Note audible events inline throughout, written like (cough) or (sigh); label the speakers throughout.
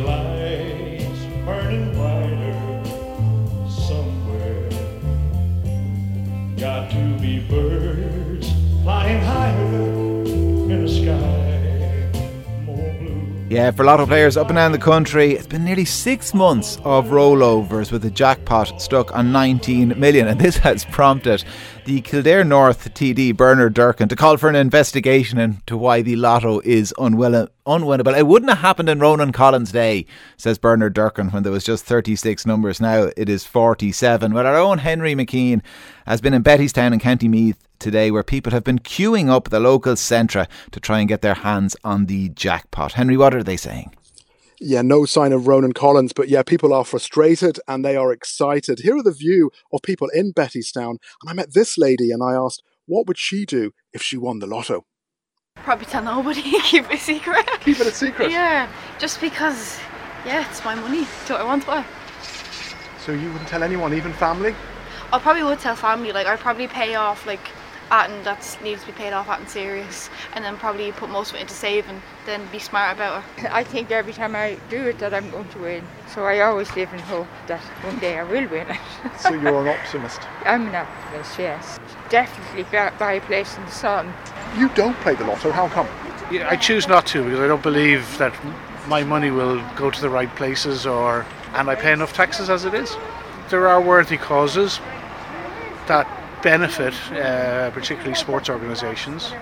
Speaker 1: lights burning brighter somewhere. Got to be birds flying higher in the sky. More blue.
Speaker 2: Yeah, for a lot of players up and down the country, it's been nearly six months of rollovers with the jackpot stuck on 19 million, and this (laughs) has prompted the Kildare North TD Bernard Durkin to call for an investigation into why the lotto is unwin- unwinnable. It wouldn't have happened in Ronan Collins' day, says Bernard Durkin, when there was just 36 numbers. Now it is 47. But our own Henry McKean has been in Bettystown in County Meath today where people have been queuing up the local centre to try and get their hands on the jackpot. Henry, what are they saying?
Speaker 3: Yeah, no sign of Ronan Collins, but yeah, people are frustrated and they are excited. Here are the view of people in Bettystown, and I met this lady and I asked, what would she do if she won the lotto?
Speaker 4: Probably tell nobody, (laughs) keep it a secret. (laughs)
Speaker 3: Keep it a secret.
Speaker 4: Yeah, just because, yeah, it's my money. Do what I want to.
Speaker 3: So you wouldn't tell anyone, even family?
Speaker 4: I probably would tell family, like, I'd probably pay off, like, Atten that needs to be paid off, Atten serious, and then probably put most of it into saving, then be smart about it.
Speaker 5: I think every time I do it that I'm going to win. So I always live in hope that one day I will win it. (laughs)
Speaker 3: So you're
Speaker 6: (laughs)
Speaker 3: an optimist.
Speaker 5: I'm an optimist, yes. Definitely bu- buy a place in the sun.
Speaker 3: You don't play the lotto, how come?
Speaker 7: Yeah, I choose not to because I don't believe that my money will go to the right places or and I pay enough taxes as it is. There are worthy causes that benefit, uh, particularly sports organisations,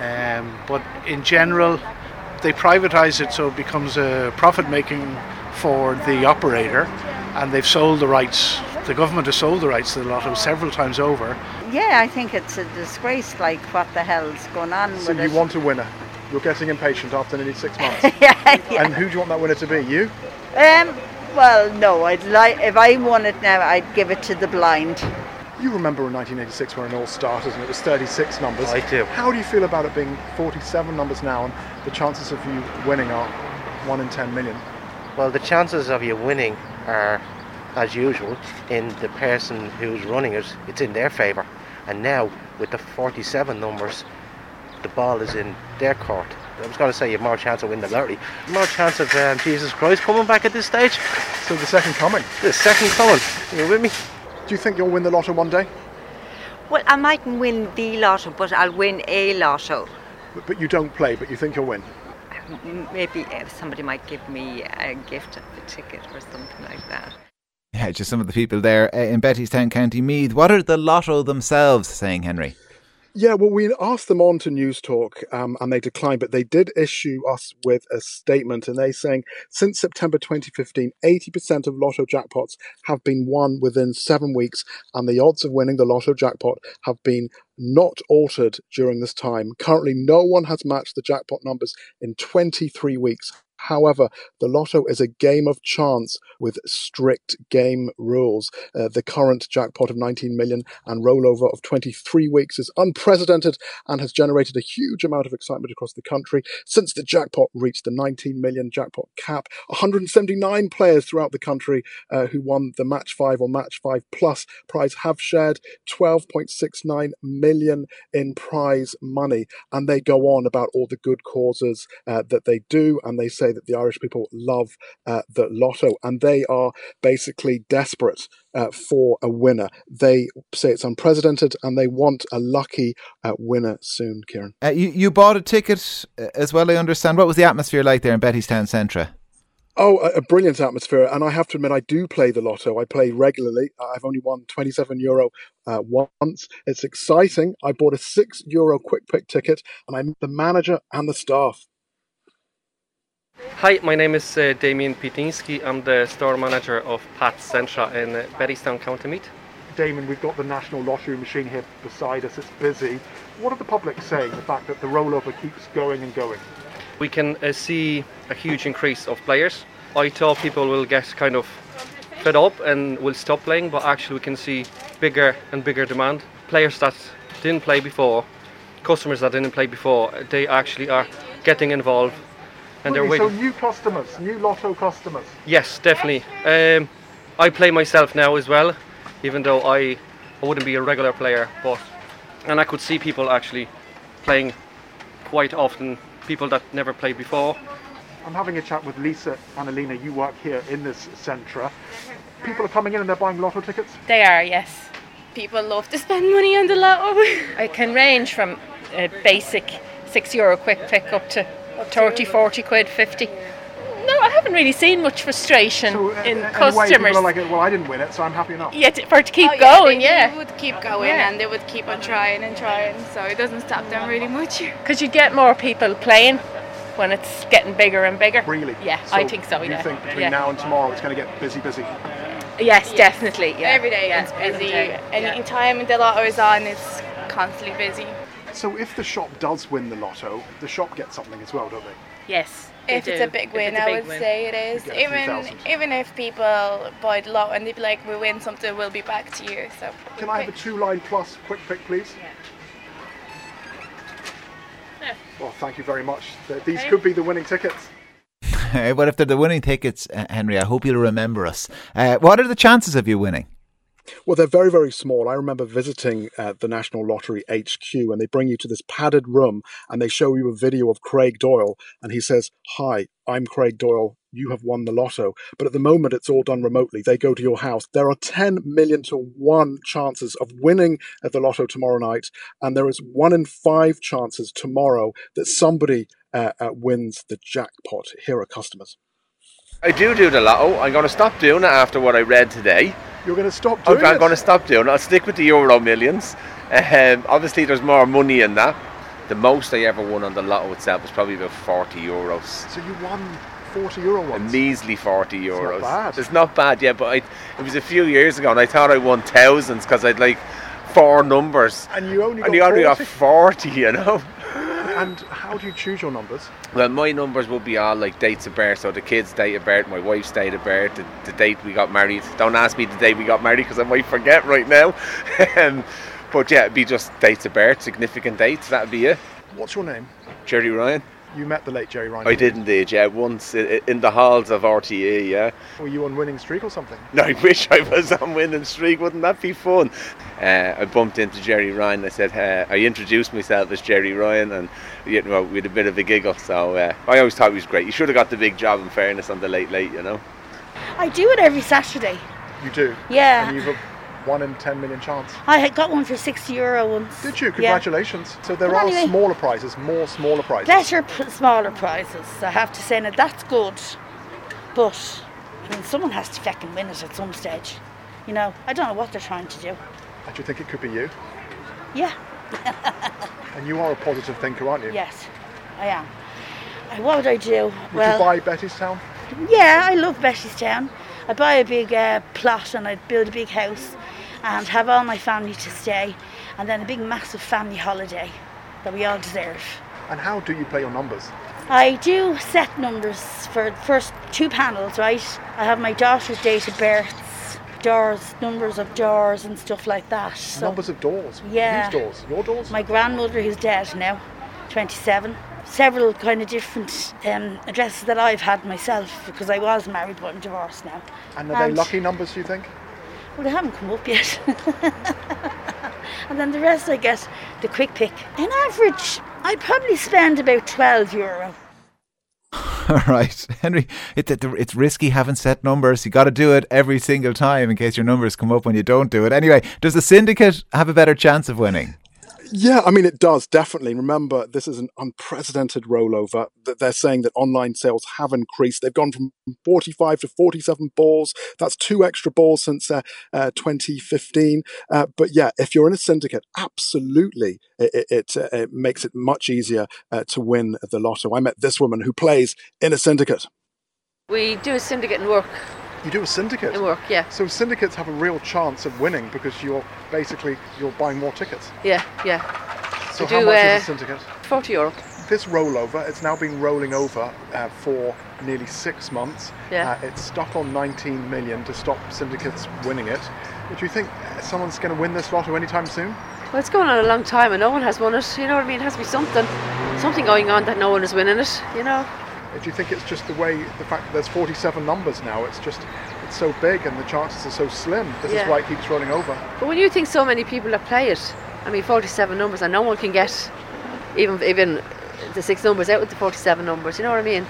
Speaker 7: um, but in general, they privatise it so it becomes a profit making for the operator, and they've sold the rights. The government has sold the rights to the lotto several times over,
Speaker 6: Yeah, I think it's a disgrace. Like, what the hell's going on
Speaker 3: So
Speaker 6: with
Speaker 3: you
Speaker 6: it?
Speaker 3: want a winner. You're getting impatient after nearly six months.
Speaker 6: (laughs) yeah, yeah.
Speaker 3: And who do you want that winner to be? You?
Speaker 6: Um, well, no. I'd like if I won it now, I'd give it to the blind.
Speaker 3: You remember in 1986 when it all started and it was 36 numbers.
Speaker 7: I do.
Speaker 3: How do you feel about it being 47 numbers now and the chances of you winning are 1 in 10 million?
Speaker 8: Well, the chances of you winning are, as usual, in the person who's running it, it's in their favour. And now, with the 47 numbers, the ball is in their court. I was going to say you have more chance of winning the lottery, more chance of um, Jesus Christ coming back at this stage.
Speaker 3: So the second coming.
Speaker 8: The second coming. You with me?
Speaker 3: Do you think you'll win the lotto one day?
Speaker 9: Well, I mightn't win the lotto, but I'll win a lotto.
Speaker 3: But- But you don't play, but you think you'll win.
Speaker 9: M- Maybe uh, somebody might give me a gift of the ticket or something like that.
Speaker 2: Yeah, just some of the people there uh, in Bettystown, County Meath. What are the lotto themselves saying, Henry?
Speaker 3: Yeah, well, we asked them on to News Talk um, and they declined, but they did issue us with a statement. And they're saying since September 2015, 80% of lotto jackpots have been won within seven weeks, and the odds of winning the lotto jackpot have been not altered during this time. Currently, no one has matched the jackpot numbers in 23 weeks. However, the lotto is a game of chance with strict game rules. Uh, the current jackpot of 19 million and rollover of 23 weeks is unprecedented and has generated a huge amount of excitement across the country. Since the jackpot reached the 19 million jackpot cap, 179 players throughout the country uh, who won the Match 5 or Match 5 Plus prize have shared 12.69 million in prize money. And they go on about all the good causes uh, that they do. And they say that the Irish people love uh, the lotto and they are basically desperate uh, for a winner. They say it's unprecedented and they want a lucky uh, winner soon, Kieran.
Speaker 2: Uh, you, you bought a ticket uh, as well, I understand. What was the atmosphere like there in Bettystown Centre?
Speaker 3: Oh, a, a brilliant atmosphere. And I have to admit, I do play the lotto. I play regularly. I've only won 27 euro uh, once. It's exciting. I bought a six euro quick pick ticket and I met the manager and the staff.
Speaker 10: Hi, my name is uh, Damien Pitinski. I'm the store manager of Pat Centra in uh, Bettystown, County Meath.
Speaker 3: Damon, we've got the national lottery machine here beside us. It's busy. What are the public saying? The fact that the rollover keeps going and going.
Speaker 10: We can uh, see a huge increase of players. I thought people will get kind of fed up and will stop playing, but actually we can see bigger and bigger demand. Players that didn't play before, customers that didn't play before, they actually are getting involved and they're waiting.
Speaker 3: new customers, new lotto customers.
Speaker 10: Yes, definitely. Um, I play myself now as well, even though I, I wouldn't be a regular player, but and I could see people actually playing quite often, people that never played before,
Speaker 7: I'm having a chat with Lisa and Alina. You work here in this centra. People are coming in and they're buying lotto tickets.
Speaker 11: They are, yes. People love to spend money on the lotto. (laughs) it can range from a basic six euro quick pick up to 30, 40 quid, 50. No, I haven't really seen much frustration in
Speaker 7: uh, In a way,
Speaker 11: customers.
Speaker 7: people are like, well, I didn't win it, so I'm happy enough.
Speaker 11: Yet for it to keep
Speaker 4: Oh, yeah,
Speaker 11: going,
Speaker 4: they,
Speaker 11: yeah.
Speaker 4: They would keep going
Speaker 11: Yeah.
Speaker 4: and they would keep on trying and trying, so it doesn't stop them really much.
Speaker 11: Because you get more people playing when it's getting bigger and bigger.
Speaker 7: Really?
Speaker 11: Yeah, I think so.
Speaker 7: You
Speaker 11: yeah.
Speaker 7: think between
Speaker 11: yeah.
Speaker 7: now and tomorrow it's going to get busy, busy.
Speaker 11: Yes, definitely. Yeah.
Speaker 4: Every day
Speaker 11: yeah.
Speaker 4: it's busy.
Speaker 11: day,
Speaker 4: Any time the lotto is on, it's constantly busy.
Speaker 7: So if the shop does win the lotto, the shop gets something as well, don't they?
Speaker 11: Yes.
Speaker 4: If
Speaker 11: they
Speaker 4: it's
Speaker 11: do.
Speaker 4: a big
Speaker 11: If
Speaker 4: win,
Speaker 11: it's a
Speaker 4: I
Speaker 11: big
Speaker 4: would
Speaker 11: win.
Speaker 4: say it is.
Speaker 7: You get a few
Speaker 4: Even
Speaker 7: thousand.
Speaker 4: even if people buy the lotto and they'd be like, "We win something, we'll be back to you." So
Speaker 7: Can I have a two-line plus quick pick, please? Well, Oh, thank you very much. Th- These
Speaker 4: Okay.
Speaker 7: could be the winning tickets.
Speaker 2: (laughs) but if they're the winning tickets, uh, Henry, I hope you'll remember us. Uh, what are the chances of you winning? (laughs)
Speaker 3: Well, they're very, very small. I remember visiting uh, the National Lottery HQ, and they bring you to this padded room and they show you a video of Craig Doyle, and he says, Hi, I'm Craig Doyle. You have won the lotto. But at the moment, it's all done remotely. They go to your house. There are 10 million to one chances of winning at the lotto tomorrow night, and there is one in five chances tomorrow that somebody uh, uh, wins the jackpot. Here are customers.
Speaker 10: I do do the lotto. I'm going to stop doing it after what I read today.
Speaker 7: You're going to stop
Speaker 3: Oh,
Speaker 10: I'm,
Speaker 7: doing
Speaker 10: I'm
Speaker 7: it.
Speaker 10: going to stop doing it. I'll stick with the Euro Millions. Um, obviously, there's more money in that. The most I ever won on the lotto itself was probably about 40 euros.
Speaker 7: So you won 40 euro
Speaker 10: A
Speaker 7: once.
Speaker 10: measly 40 euros.
Speaker 7: bad.
Speaker 10: It's not bad, yeah, but I, it was a few years ago and I thought I won thousands because I'd like four numbers.
Speaker 7: And you only
Speaker 10: and
Speaker 7: got
Speaker 10: you only
Speaker 7: 40.
Speaker 10: got 40, (laughs) you know?
Speaker 7: And how do you choose your numbers?
Speaker 10: Well, my numbers will be all like dates of birth. So the kids' date of birth, my wife's date of birth, the, the date we got married. Don't ask me the day we got married because I might forget right now. (laughs) um, but yeah, it'd be just dates of birth, significant dates. That'd be it.
Speaker 7: What's your name?
Speaker 10: Jerry Ryan.
Speaker 7: You met the late Jerry Ryan.
Speaker 10: I did indeed, yeah, once i- i- in the halls of RTE, yeah.
Speaker 7: Were you on winning streak or something?
Speaker 10: No, (laughs) I wish I was on winning streak. Wouldn't that be fun? Uh, I bumped into Jerry Ryan. I said uh, I introduced myself as Jerry Ryan, and you know, we had a bit of a giggle. So uh, I always thought he was great. He should have got the big job. In fairness, on the late late, you know.
Speaker 12: I do it every Saturday.
Speaker 7: You do.
Speaker 12: Yeah.
Speaker 7: And you've a one in 10 million chance.
Speaker 12: I had got one for 60 euro once.
Speaker 7: Did you?
Speaker 12: Yeah.
Speaker 7: Congratulations. So there
Speaker 12: But
Speaker 7: are
Speaker 12: anyway-
Speaker 7: smaller prizes, more smaller prizes.
Speaker 12: Better p- smaller prizes, I have to say. Now that's good, but I mean, someone has to fucking win it at some stage. You know, I don't know what they're trying to do.
Speaker 7: And do you think it could be you?
Speaker 12: Yeah,
Speaker 7: (laughs) And you are a positive thinker, aren't you?
Speaker 12: yes, I am. Uh, What would I do?
Speaker 7: Would
Speaker 12: well,
Speaker 7: you buy Betty's Town?
Speaker 12: Yeah, I love Betty's Town. I'd buy a big uh, plot and I'd build a big house and have all my family to stay and then a big massive family holiday that we all deserve.
Speaker 7: And how do you play your numbers?
Speaker 12: I do set numbers for the first two panels, right? I have my daughter's date of births, doors, numbers of doors and stuff like that. So
Speaker 7: Numbers of doors.
Speaker 12: Yeah.
Speaker 7: Whose doors? Your doors?
Speaker 12: my grandmother who's dead now, 27. Several kind of different um, addresses that I've had myself because I was married but I'm divorced now.
Speaker 7: and are they
Speaker 12: and-
Speaker 7: lucky numbers, do you think?
Speaker 12: Well, they haven't come up yet. (laughs) and then the rest, I guess, the quick pick. On average, I probably spend about 12 euro.
Speaker 2: All right, (laughs) Henry, it, it, it's risky having set numbers. You got to do it every single time in case your numbers come up when you don't do it. Anyway, does the syndicate have a better chance of winning?
Speaker 3: Yeah, I mean, it does definitely. Remember, this is an unprecedented rollover. That They're saying that online sales have increased. They've gone from 45 to 47 balls. That's two extra balls since uh, uh, 2015. Uh, but yeah, if you're in a syndicate, absolutely, it, it, it, uh, it makes it much easier uh, to win the lotto. I met this woman who plays in a syndicate.
Speaker 5: We do a syndicate and work.
Speaker 7: You do a syndicate.
Speaker 5: It work, yeah.
Speaker 7: So syndicates have a real chance of winning because you're basically you're buying more tickets.
Speaker 5: Yeah, yeah.
Speaker 7: So
Speaker 5: we
Speaker 7: how
Speaker 5: do,
Speaker 7: much
Speaker 5: uh,
Speaker 7: is a syndicate?
Speaker 5: 40 euro.
Speaker 7: This rollover, it's now been rolling over uh, for nearly six months.
Speaker 5: Yeah.
Speaker 7: Uh, it's stuck on 19 million to stop syndicates winning it. But do you think uh, someone's going to win this lotto anytime soon?
Speaker 5: Well, it's going on a long time and no one has won it. You know what I mean? It has to be something. Something going on that no one is winning it, you know?
Speaker 7: Uh, Do you think it's just the way, the fact that there's 47 numbers now, it's just, it's so big and the chances are so slim. This is
Speaker 5: Yeah.
Speaker 7: why it keeps rolling over.
Speaker 5: But when you think so many people that play it, I mean, 47 numbers and no one can get even even the six numbers out of the 47 numbers, you know what I mean?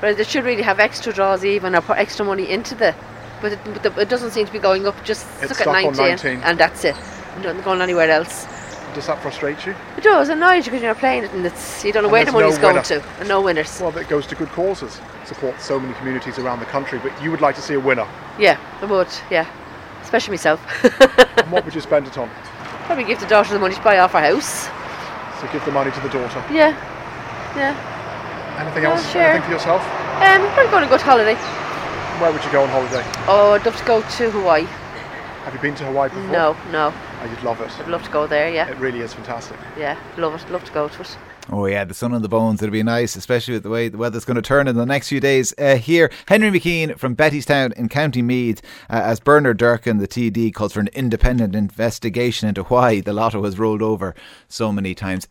Speaker 5: But they should really have extra draws even or put extra money into the. But it, but the, it doesn't seem to be going up. Just
Speaker 7: It's
Speaker 5: stuck at
Speaker 7: stuck on
Speaker 5: 19,
Speaker 7: 19.
Speaker 5: and that's it. It doesn't go anywhere else.
Speaker 7: Does that frustrate you?
Speaker 5: It does annoy you because you're playing it and it's you don't know
Speaker 7: And
Speaker 5: where the
Speaker 7: there's
Speaker 5: money's
Speaker 7: no
Speaker 5: going
Speaker 7: winner.
Speaker 5: to and no winners.
Speaker 7: Well, that goes to good causes. Supports so many communities around the country, but you would like to see a winner.
Speaker 5: Yeah, I would. Yeah, especially myself. (laughs)
Speaker 7: and what would you spend it on?
Speaker 5: Probably give the daughter the money to buy off our house.
Speaker 7: So give the money to the daughter.
Speaker 5: Yeah, yeah.
Speaker 7: Anything
Speaker 5: Well,
Speaker 7: else?
Speaker 5: sure.
Speaker 7: Anything for yourself?
Speaker 5: Um, I'm probably going on a good holiday.
Speaker 7: Where would you go on holiday?
Speaker 5: Oh, I'd love to go to Hawaii.
Speaker 7: Have you been to Hawaii before?
Speaker 5: No, no.
Speaker 7: Oh, you'd love it.
Speaker 5: I'd love to go there. Yeah,
Speaker 7: It really is fantastic.
Speaker 5: yeah. Love it. Love to go to it.
Speaker 2: Oh yeah, the sun on the bones. It'll be nice, especially with the way the weather's going to turn in the next few days. Uh, here, Henry McKean from Bettystown in County Meath, uh, as Bernard Durkin, the TD, calls for an independent investigation into why the lotto has rolled over so many times.